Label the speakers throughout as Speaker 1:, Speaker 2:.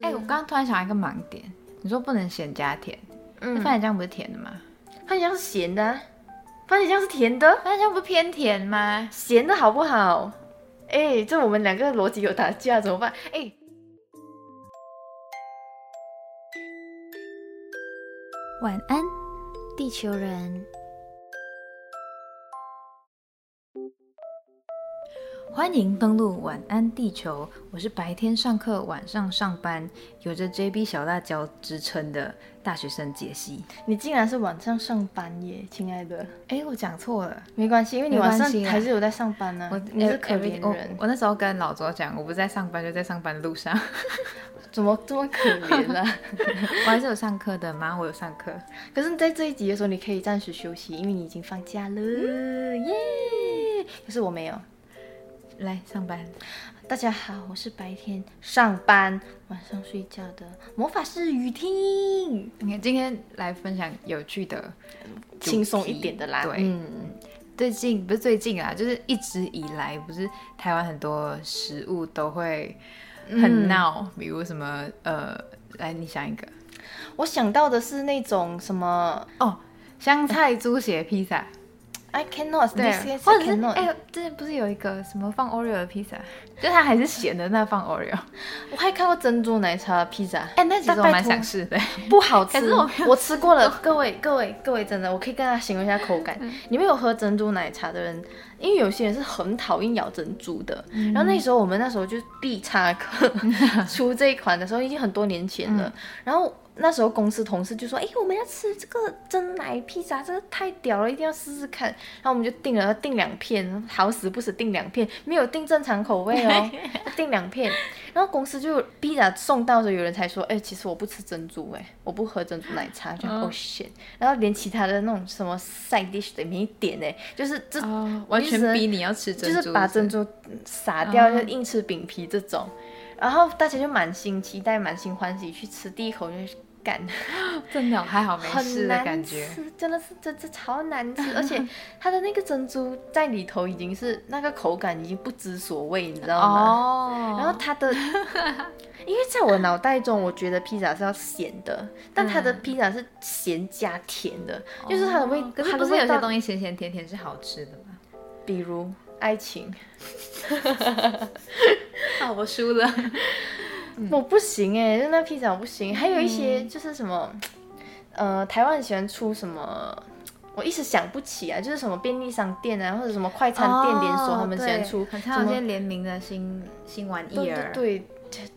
Speaker 1: 哎我刚刚突然想到一个盲点，你说不能咸加甜，那
Speaker 2: 嗯，
Speaker 1: 番茄酱不是甜的吗？
Speaker 2: 番茄酱是咸的、啊，番茄酱是甜的，
Speaker 1: 番茄酱不是偏甜吗？
Speaker 2: 咸的好不好？哎、这我们两个逻辑有打架怎么办？哎、
Speaker 3: 晚安，地球人。
Speaker 1: 欢迎登录晚安地球，我是白天上课、晚上上班，有着 JB 小辣椒之称的大学生杰西。
Speaker 2: 你竟然是晚上上班耶，亲爱的，
Speaker 1: 哎，我讲错了，
Speaker 2: 没关系，因为呃你
Speaker 1: 没
Speaker 2: 晚
Speaker 1: 关
Speaker 2: 上
Speaker 1: 系啊
Speaker 2: 还是有在上班呢、
Speaker 1: 我
Speaker 2: 你是可
Speaker 1: every-
Speaker 2: 怜
Speaker 1: 我
Speaker 2: 人，
Speaker 1: 我那时候跟老周讲，我不是在上班，就在上班的路上，
Speaker 2: 怎么这么可怜啊？
Speaker 1: 我还是有上课的妈，我有上课。
Speaker 2: 可是，在这一集的时候，你可以暂时休息，因为你已经放假了，耶、可是我没有。
Speaker 1: 来上班，
Speaker 2: 大家好，我是白天上班、晚上睡觉的魔法师雨婷，
Speaker 1: 你看今天来分享有趣的主题
Speaker 2: 轻松一点的啦。
Speaker 1: 对，
Speaker 2: 嗯，
Speaker 1: 最近不是最近啊，就是一直以来，不是台湾很多食物都会
Speaker 2: 嗯
Speaker 1: 很闹，比如什么呃，来你想一个
Speaker 2: 我想到的是那种什么
Speaker 1: 哦，香菜猪血披萨，
Speaker 2: 哦 I cannot，
Speaker 1: 对
Speaker 2: this，yes,
Speaker 1: 或
Speaker 2: I
Speaker 1: 者是
Speaker 2: cannot，、
Speaker 1: 哎、之前不是有一个什么放 Oreo 的披萨，就它还是咸的，那放 Oreo，
Speaker 2: 我还看过珍珠奶茶披萨，
Speaker 1: 哎、那其
Speaker 2: 但
Speaker 1: 实我
Speaker 2: 拜
Speaker 1: 蛮
Speaker 2: 托
Speaker 1: 想试的，
Speaker 2: 不好吃，
Speaker 1: 可是 我没有
Speaker 2: 吃 过了。各位各位各位，真的，我可以跟大家形容一下口感。
Speaker 1: 嗯
Speaker 2: 你们有喝珍珠奶茶的人，因为有些人是很讨厌咬珍珠的。
Speaker 1: 嗯
Speaker 2: 然后那时候我们那时候就必插科 出这一款的时候，已经很多年前
Speaker 1: 嗯
Speaker 2: 了。然后那时候公司同事就说：“哎、我们要吃这个真奶披萨，这个太屌了，一定要试试看。”然后我们就订了，订两片，好死不死订两片，没有订正常口 味哦，订两片。然后公司就披萨送到的时候，有人才说：“哎、其实我不吃珍珠、哎，我不喝珍珠奶茶。”就
Speaker 1: 嗯
Speaker 2: 哦 shit，然后连其他的那种什么 side dish 的也没点哎、就是这、
Speaker 1: 哦，完全逼你要吃珍珠，哦
Speaker 2: 就是把珍珠撒掉，就硬吃饼皮这种。然后大家就满心期待、满心欢喜去吃，第一口就是 干，
Speaker 1: 真的还好没事
Speaker 2: 很
Speaker 1: 的
Speaker 2: 难
Speaker 1: 感觉，
Speaker 2: 吃，真的是这这超 难吃，而且它的那个珍珠在里头已经是那个口感已经不知所谓，你知道吗？
Speaker 1: 哦，
Speaker 2: 然后 它的，因为在我脑袋中，我觉得披萨是要咸的，但它的
Speaker 1: 嗯
Speaker 2: 披萨是咸加甜的，就是它的味，
Speaker 1: 哦可是
Speaker 2: 它
Speaker 1: 不
Speaker 2: 的
Speaker 1: 是有
Speaker 2: 味道
Speaker 1: 些东西咸咸甜甜是好吃的吗？
Speaker 2: 比如爱情，
Speaker 1: 啊，我输了。
Speaker 2: 我不行哎、就那披萨我不行。还有一些就是什么，呃，台湾很喜欢出什么。我一时想不起啊，就是什么便利商店啊，或者什么快餐店连锁，他们喜欢出
Speaker 1: 哦很
Speaker 2: 什
Speaker 1: 常有
Speaker 2: 么
Speaker 1: 些联名的新新玩意
Speaker 2: 对
Speaker 1: 儿，
Speaker 2: 对对，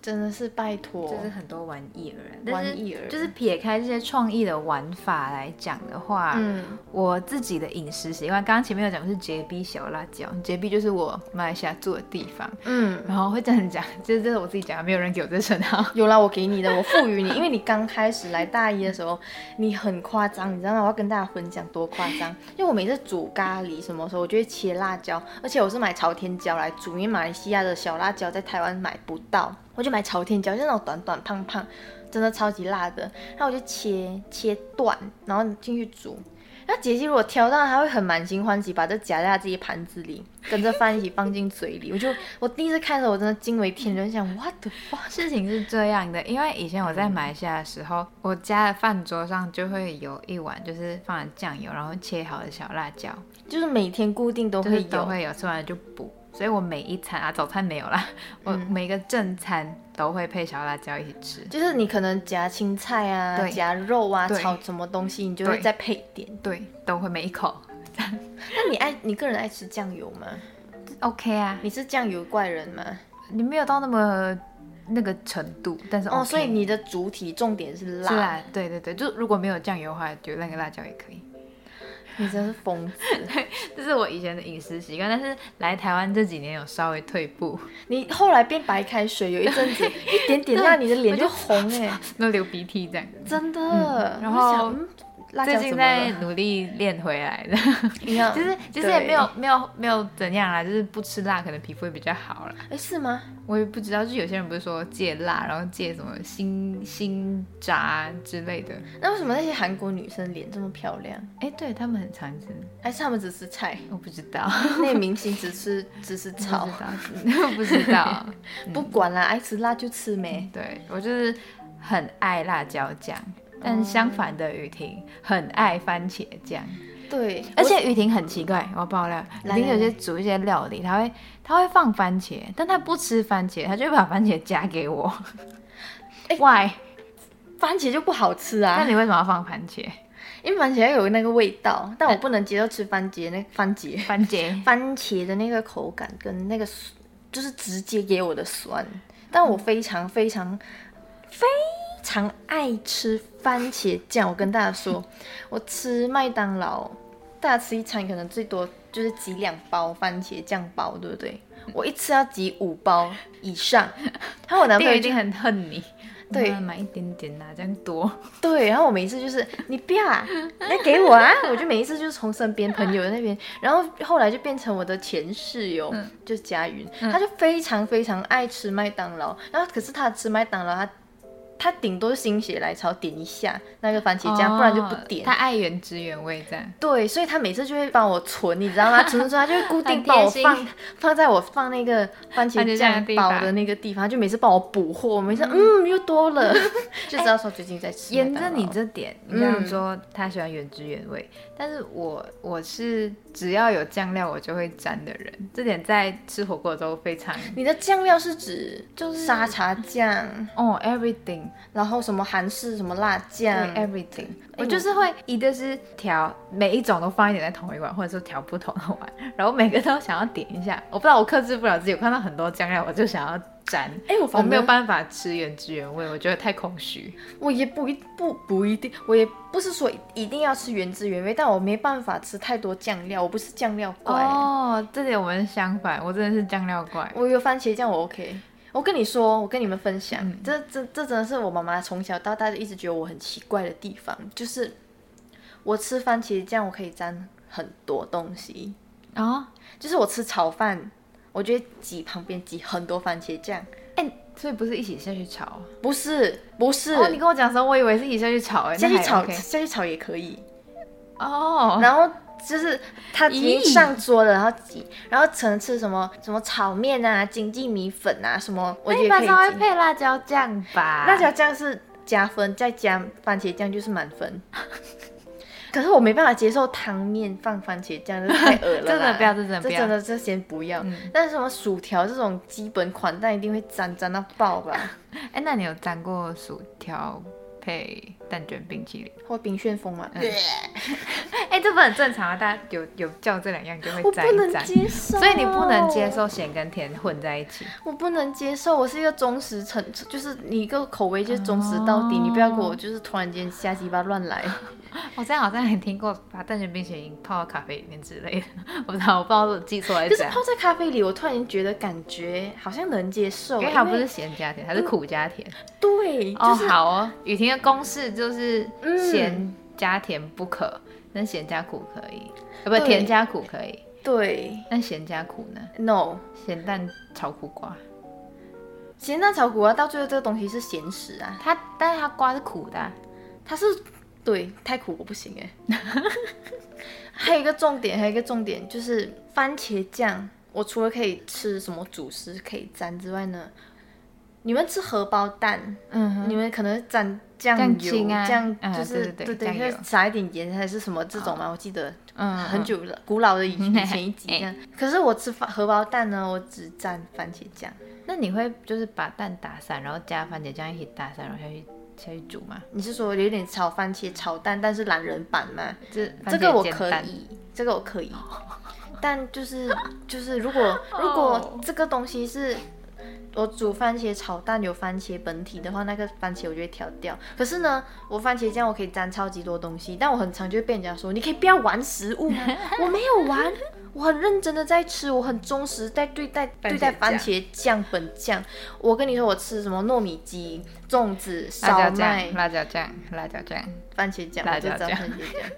Speaker 2: 真的是拜托，
Speaker 1: 就是很多玩意儿，但
Speaker 2: 玩
Speaker 1: 是
Speaker 2: 意儿，
Speaker 1: 就是撇开这些创意的玩法来讲的话，
Speaker 2: 嗯，
Speaker 1: 我自己的饮食习惯，刚刚前面有讲我是杰 b 小辣椒，杰 b 就是我马来西亚住的地方，
Speaker 2: 嗯，
Speaker 1: 然后会这样讲，就是这是我自己讲的，没有人给我这称号。
Speaker 2: 有啦，我给你的，我赋予你，因为你刚开始来大一的时候，你很夸张，你知道吗？我要跟大家分享多夸张，因为我每次煮咖喱什么时候，我就会切辣椒，而且我是买朝天椒来煮，因为马来西亚的小辣椒在台湾买不到，我就买朝天椒，就是那种短短胖胖，真的超级辣的，然后我就切切断，然后进去煮。那杰西如果挑到，他会很满心欢喜，把这夹在他自己盘子里，跟着饭一起放进嘴里。我就我第一次看的时候，我真的惊为天人，想 what the fuck？
Speaker 1: 事情是这样的，因为以前我在马来西亚的时候，我家的饭桌上就会有一碗，就是放了酱油，然后切好的小辣椒，
Speaker 2: 就是每天固定都
Speaker 1: 就
Speaker 2: 会
Speaker 1: 是
Speaker 2: 有，
Speaker 1: 都会有，吃完了就补。所以我每一餐啊，早餐没有啦，我每个正餐都会配小辣椒一起吃。
Speaker 2: 就是你可能夹青菜啊，
Speaker 1: 对
Speaker 2: 夹肉啊，
Speaker 1: 对
Speaker 2: 炒什么东西，你就会
Speaker 1: 对
Speaker 2: 再配一点。
Speaker 1: 对，都会每一口。
Speaker 2: 那你爱你个人爱吃酱油吗？
Speaker 1: OK 啊，
Speaker 2: 你是酱油怪人吗？
Speaker 1: 你没有到那么那个程度，但是 OK,
Speaker 2: 哦，所以你的主体重点是辣，
Speaker 1: 是啦，对对对，就如果没有酱油的话，就那个辣椒也可以。
Speaker 2: 你真是疯子。
Speaker 1: 这是我以前的饮食习惯，但是来台湾这几年有稍微退步，
Speaker 2: 你后来变白开水，有一阵 子一点点辣，
Speaker 1: 对
Speaker 2: 你的脸就红哎、
Speaker 1: 那流鼻涕这样。
Speaker 2: 真的。
Speaker 1: 然
Speaker 2: 我就想
Speaker 1: 后
Speaker 2: 嗯辣
Speaker 1: 最
Speaker 2: 椒怎
Speaker 1: 近
Speaker 2: 么
Speaker 1: 在
Speaker 2: 了？
Speaker 1: 努力练回来 的，
Speaker 2: 你看，
Speaker 1: 就是其实也没有没有没有怎样啦，就是不吃辣可能皮肤会比较好啦。
Speaker 2: 哎是吗？
Speaker 1: 我也不知道，就是有些人不是说戒辣，然后戒什么新新炸之类的。
Speaker 2: 那为什么那些韩国女生脸这么漂亮？
Speaker 1: 哎，对他们很常吃，
Speaker 2: 还是她们只吃 菜？
Speaker 1: 我不知道，
Speaker 2: 那些明星只吃只吃草，
Speaker 1: 我不知道。
Speaker 2: 不管啦，爱吃辣就吃没。
Speaker 1: 对我就是很爱辣椒酱，但相反的雨婷很爱番茄酱，
Speaker 2: 对，
Speaker 1: 嗯而且雨婷很奇怪，我爆料，雨
Speaker 2: 来
Speaker 1: 婷有
Speaker 2: 来
Speaker 1: 些煮一些料理，她会她会放番茄，但她不吃番茄，她就会把番茄夹给 我。
Speaker 2: 哎
Speaker 1: Why？
Speaker 2: 我番茄就不好吃
Speaker 1: 那
Speaker 2: 啊，
Speaker 1: 你为什么要放番茄？
Speaker 2: 因为番茄有那个味道，但我不能接受吃番茄那番 茄
Speaker 1: 番茄
Speaker 2: 番茄的那个口感跟那个酸就是直接给我的酸，但我非常非常非常爱吃番茄酱。我跟大 家说，我吃麦当劳，大家吃一餐可能最多就是挤两包番茄酱包，对不对？我一次要挤五包以上， 然后我男朋
Speaker 1: 店
Speaker 2: 友
Speaker 1: 员一
Speaker 2: 就
Speaker 1: 定很恨你。
Speaker 2: 对
Speaker 1: 妈买一点点啊，这样多。
Speaker 2: 对，然后我每一次就是你不要啊，那给我啊，我就每一次就是从身边朋友那边，然后后来就变成我的前室友，
Speaker 1: 嗯
Speaker 2: 就佳云，他就非常非常爱吃麦当劳，然后可是他吃麦当劳，他他顶多心血来潮点一下那个番茄酱，不然就不点
Speaker 1: 哦他。爱原汁原味这样。
Speaker 2: 对，所以他每次就会帮我存，你知道吗？存存存，他就会固定
Speaker 1: 很贴
Speaker 2: 帮我
Speaker 1: 心
Speaker 2: 放放在我放那个
Speaker 1: 番
Speaker 2: 番茄
Speaker 1: 茄酱的
Speaker 2: 酱
Speaker 1: 地
Speaker 2: 包
Speaker 1: 方
Speaker 2: 的那个地方，他就每次帮我补货。我每次嗯又多 了，就知道说最近在吃麦
Speaker 1: 沿
Speaker 2: 当劳。
Speaker 1: 着哎你这点，你刚刚说他喜欢原汁原味，但是我我是只要有酱料我就会沾的人，这点在吃火锅的时候非常
Speaker 2: 你的酱料是指就是沙茶酱，
Speaker 1: 哦 everything
Speaker 2: 然后什么韩式什么辣
Speaker 1: 对
Speaker 2: 酱，
Speaker 1: everything，我就是会一个是调每一种都放一点在同一碗，或者说调不同的碗，然后每个都想要点一下，我不知道我克制不了自己，我看到很多酱料我就想要沾。
Speaker 2: 哎、
Speaker 1: 我
Speaker 2: 我反
Speaker 1: 没有
Speaker 2: 办，
Speaker 1: 办法吃原汁原味，我觉得太空虚。
Speaker 2: 我也不一不不一定，我也不是说一定要吃原汁原味，但我没办法吃太多酱料，我不是酱料怪，
Speaker 1: 哦，这点我们相反，我真的是酱料怪。
Speaker 2: 我有番茄酱我 OK。我跟你说，我跟你们分享，这这这真的是我妈妈从小到大一直觉得我很奇怪的地方，就是我吃番茄酱我可以沾很多东西，
Speaker 1: 哦，
Speaker 2: 就是我吃炒饭，我就会挤旁边挤很多番茄酱。
Speaker 1: 哎、所以不是一起下去炒？啊
Speaker 2: 不是，不是，
Speaker 1: 哦，你跟我讲的时候，我以为是一起下去炒、哎，
Speaker 2: 下去
Speaker 1: 那还
Speaker 2: 炒
Speaker 1: OK
Speaker 2: 下去炒也可以。
Speaker 1: 哦，
Speaker 2: 然后就是他已经
Speaker 1: 咦
Speaker 2: 上桌了，然后挤，然后可能吃什么什么炒面啊、经济米粉啊什么，我
Speaker 1: 哎那一般
Speaker 2: 觉得可以
Speaker 1: 稍微
Speaker 2: 挤。
Speaker 1: 配啊辣椒酱吧。
Speaker 2: 辣椒酱是加分，再加番茄酱就是满分。 可是我没办法接受汤面放番茄酱，这太恶了啦
Speaker 1: 真的不要这真的
Speaker 2: 这
Speaker 1: 不要嗯
Speaker 2: 真的这先不要。但是什么薯条这种基本款，但一定会沾沾到爆吧，
Speaker 1: 哎、那你有沾过薯条配蛋卷冰淇淋？
Speaker 2: 或冰旋风
Speaker 1: 嗯
Speaker 2: 嘛。
Speaker 1: 哎、这不很正常啊，大家有有叫这两样就
Speaker 2: 我
Speaker 1: 会
Speaker 2: 不
Speaker 1: 沾一
Speaker 2: 能
Speaker 1: 沾。
Speaker 2: 接受，
Speaker 1: 所以你不能接受咸跟甜混在一起，
Speaker 2: 我不能接受，我是一个忠实程，就是你一个口味就是忠
Speaker 1: 哦
Speaker 2: 实到底，你不要给我就是突然间瞎鸡巴 乱来。
Speaker 1: 我之前哦好像也听过把蛋卷冰淇淋泡到咖啡里面之类的， 我不知道，我不知道我记错还
Speaker 2: 就是是
Speaker 1: 怎样
Speaker 2: 泡，在咖啡里，我突然间觉得感觉好像能接受，
Speaker 1: 因为它不是咸加甜，它是苦加甜。
Speaker 2: 对，
Speaker 1: 哦，
Speaker 2: 嗯就是、
Speaker 1: 好哦。雨婷的公式就是
Speaker 2: 嗯
Speaker 1: 咸加甜不可，那咸加苦可以，呃，不，
Speaker 2: 对
Speaker 1: 甜加苦可以，
Speaker 2: 对
Speaker 1: 那咸加苦呢？
Speaker 2: ，no，
Speaker 1: 咸蛋炒苦瓜，
Speaker 2: 咸蛋炒苦啊瓜到最后这个东西是咸食啊，
Speaker 1: 它但是它瓜是苦的啊、
Speaker 2: 它是对太苦我不行哎。 还有一个重点，还有一个重点就是番茄酱，我除了可以吃什么主食可以沾之外呢，你们吃荷包蛋。
Speaker 1: 嗯
Speaker 2: 你们可能沾酱
Speaker 1: 酱
Speaker 2: 油，
Speaker 1: 青啊
Speaker 2: 酱
Speaker 1: 嗯
Speaker 2: 就
Speaker 1: 对
Speaker 2: 是、
Speaker 1: 对对
Speaker 2: 对
Speaker 1: 酱油
Speaker 2: 要撒一点盐还是什么这种嘛，我记得
Speaker 1: 嗯，
Speaker 2: 很久了，古老 的以
Speaker 1: 嗯
Speaker 2: 以前一集这样。可是我吃番荷包蛋呢，我只沾番茄酱，
Speaker 1: 那你会就是把蛋打散，然后加番茄酱一起打散，然后下去下去煮吗？
Speaker 2: 你是说有点炒番茄炒蛋，但是懒人版嘛？
Speaker 1: 这
Speaker 2: 这个
Speaker 1: 番茄
Speaker 2: 我
Speaker 1: 煎
Speaker 2: 可
Speaker 1: 蛋
Speaker 2: 以，这个我 可
Speaker 1: 哦
Speaker 2: 以，但就是就是如果如果这个东西是我煮番茄炒蛋有番茄本体的话，那个番茄我就会挑掉。可是呢，我番茄酱我可以沾超级多东西，但我很常就会被人家说，你可以不要玩食物吗？我没有玩，我很认真的在吃，我很忠实在对待
Speaker 1: 番茄
Speaker 2: 对待番
Speaker 1: 酱
Speaker 2: 茄酱本酱。我跟你说，我吃什么糯米鸡、粽子、烧
Speaker 1: 辣椒 酱、、
Speaker 2: 麦
Speaker 1: 辣椒酱、辣椒酱，
Speaker 2: 番茄酱，
Speaker 1: 辣
Speaker 2: 我就
Speaker 1: 椒
Speaker 2: 知道
Speaker 1: 酱
Speaker 2: 番茄酱，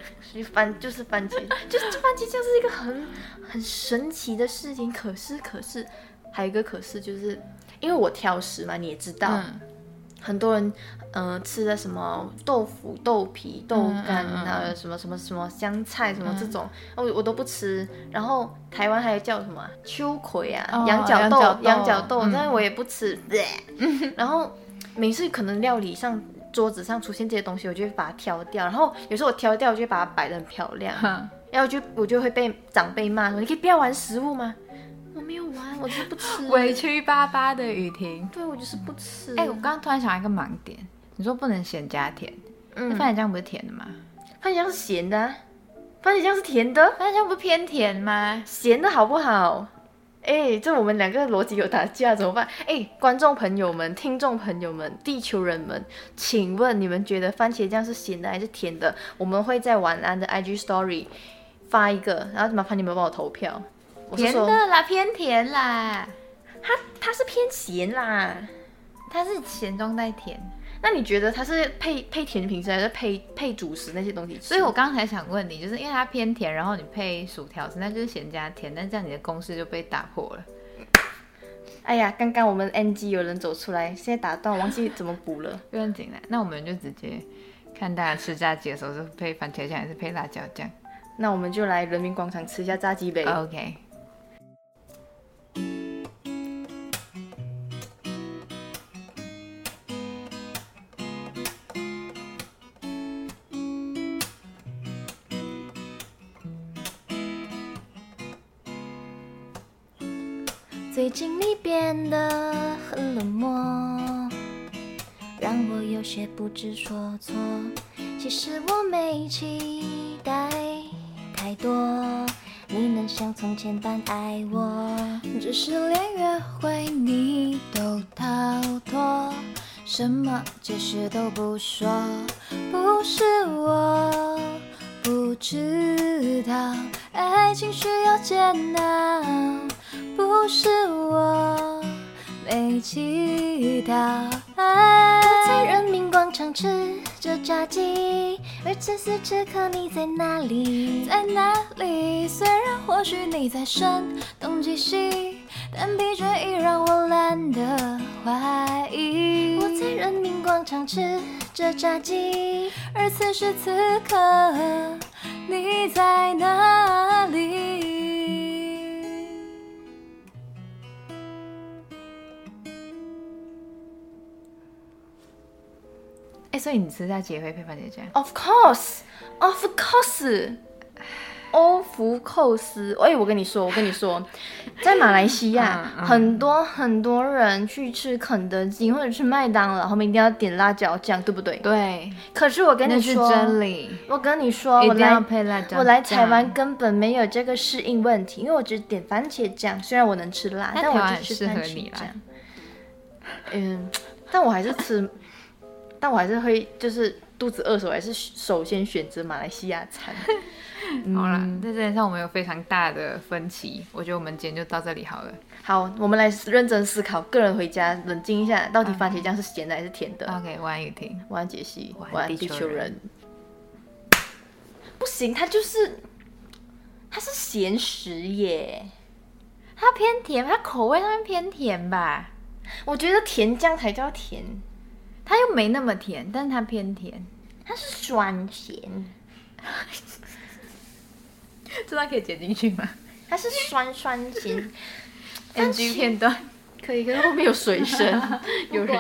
Speaker 2: 就番就是番茄， 就是番茄酱是一个很很神奇的事情。可是可是，还有一个可是就是，因为我挑食嘛，你也知道，
Speaker 1: 嗯，
Speaker 2: 很多人嗯、呃吃的什么豆腐、豆皮、豆干
Speaker 1: 嗯嗯嗯嗯
Speaker 2: 啊，什么什么什么香菜什么这种，我我都不吃。然后台湾还有叫什么啊秋葵啊、
Speaker 1: 哦
Speaker 2: 羊角
Speaker 1: 羊
Speaker 2: 豆
Speaker 1: 角、豆
Speaker 2: 羊角豆，
Speaker 1: 嗯
Speaker 2: 但是我也不 吃。然后每次可能料理上。桌子上出现这些东西，我就会把它挑掉。然后有时候我挑掉，我就会把它摆得很漂 亮。
Speaker 1: 哼
Speaker 2: 然后就我就会被长辈骂说：“你可以不要玩食物吗？”我没有玩，我就是不吃。
Speaker 1: 嗯委屈巴巴的雨婷。
Speaker 2: 对，我就是不吃。
Speaker 1: 哎、我刚刚突然想到一个盲点，你说不能咸加甜，那
Speaker 2: 嗯
Speaker 1: 番茄酱不是甜的吗？
Speaker 2: 番茄酱是咸的、啊，番茄酱是甜的，
Speaker 1: 番茄酱不是偏甜吗？
Speaker 2: 咸的好不好？哎，这我们两个逻辑有打架怎么办？哎，观众朋友们、听众朋友们、地球人们，请问你们觉得番茄酱是咸的还是甜的？我们会在晚安的 IG Story 发一个，然后麻烦你们帮我投票。我是
Speaker 1: 甜
Speaker 2: 说，
Speaker 1: 的啦，偏甜啦，
Speaker 2: 它它是偏咸啦。
Speaker 1: 它是咸中带甜。
Speaker 2: 那你觉得它是配配甜品吃，还是配配主食那些东西吃？
Speaker 1: 所以我刚才想问你，就是因为它偏甜，然后你配薯条吃，那就是咸加甜，但这样你的公式就被打破了。
Speaker 2: 哎呀，刚刚我们 NG 有人走出来，现在打断，忘记怎么补了。
Speaker 1: 不用紧的，那我们就直接看大家吃炸鸡的时候是配番茄酱还是配辣椒酱。
Speaker 2: 那我们就来人民广场吃一下炸鸡呗。
Speaker 1: OK，
Speaker 3: 最近你变得很冷漠，让我有些不知所措。其实我没期待太多，你能像从前般爱我，只是连约会你都逃脱，什么解释都不说，不是我。不知道爱情需要煎熬，不是我没祈祷。我在人民广场吃着炸鸡，而此时此刻你在哪里？在哪里？虽然或许你在声东击西，但疲倦已让我懒得怀疑。我在人民广场吃着炸鸡，而此时此刻你在哪里？
Speaker 1: 哎、所以你吃炸鸡也会配番茄酱？
Speaker 2: Of course, of course，欧福寇斯。哎、我跟你说，我跟你 说，在马来西亚，
Speaker 1: 嗯嗯
Speaker 2: 很多很多人去吃肯德基或者吃麦当劳，他们一定要点辣椒酱，对不对？
Speaker 1: 对，
Speaker 2: 可是我跟
Speaker 1: 那
Speaker 2: 你
Speaker 1: 是
Speaker 2: 说，
Speaker 1: 真理，
Speaker 2: 我跟你说，
Speaker 1: 一
Speaker 2: 我
Speaker 1: 定要
Speaker 2: 来
Speaker 1: 配辣椒酱。
Speaker 2: 我来台湾根本没有这个适应问题，因为我只点番茄酱，虽然我能吃辣，
Speaker 1: 那
Speaker 2: 但
Speaker 1: 台湾
Speaker 2: 我
Speaker 1: 很
Speaker 2: 只吃
Speaker 1: 适合
Speaker 2: 番
Speaker 1: 你
Speaker 2: 茄
Speaker 1: 啦
Speaker 2: 酱。嗯，但我还是吃，但我还是会就是肚子饿的时候，我还是首先选择马来西亚 餐。嗯
Speaker 1: 好啦，在这点上我们有非常大的分歧，我觉得我们今天就到这里好了。
Speaker 2: 好，我们来认真思考，个人回家冷静一下，到底番茄酱是咸的还是甜的？
Speaker 1: OK，晚安雨婷。
Speaker 2: 晚安，杰西，
Speaker 1: 嗯晚安
Speaker 2: 晚安，
Speaker 1: 地
Speaker 2: 地
Speaker 1: 球
Speaker 2: 球
Speaker 1: 人
Speaker 2: 人。不行，它就是它是咸食耶。
Speaker 1: 它偏甜，它口味上面偏甜吧，
Speaker 2: 我觉得甜酱才叫甜，
Speaker 1: 它又没那么甜，但是它偏甜。
Speaker 2: 它是酸咸，
Speaker 1: 这段可以剪进去吗
Speaker 2: 它是酸酸咸。
Speaker 1: ？NG 片段。
Speaker 2: 可以，可是后面有水声，有人。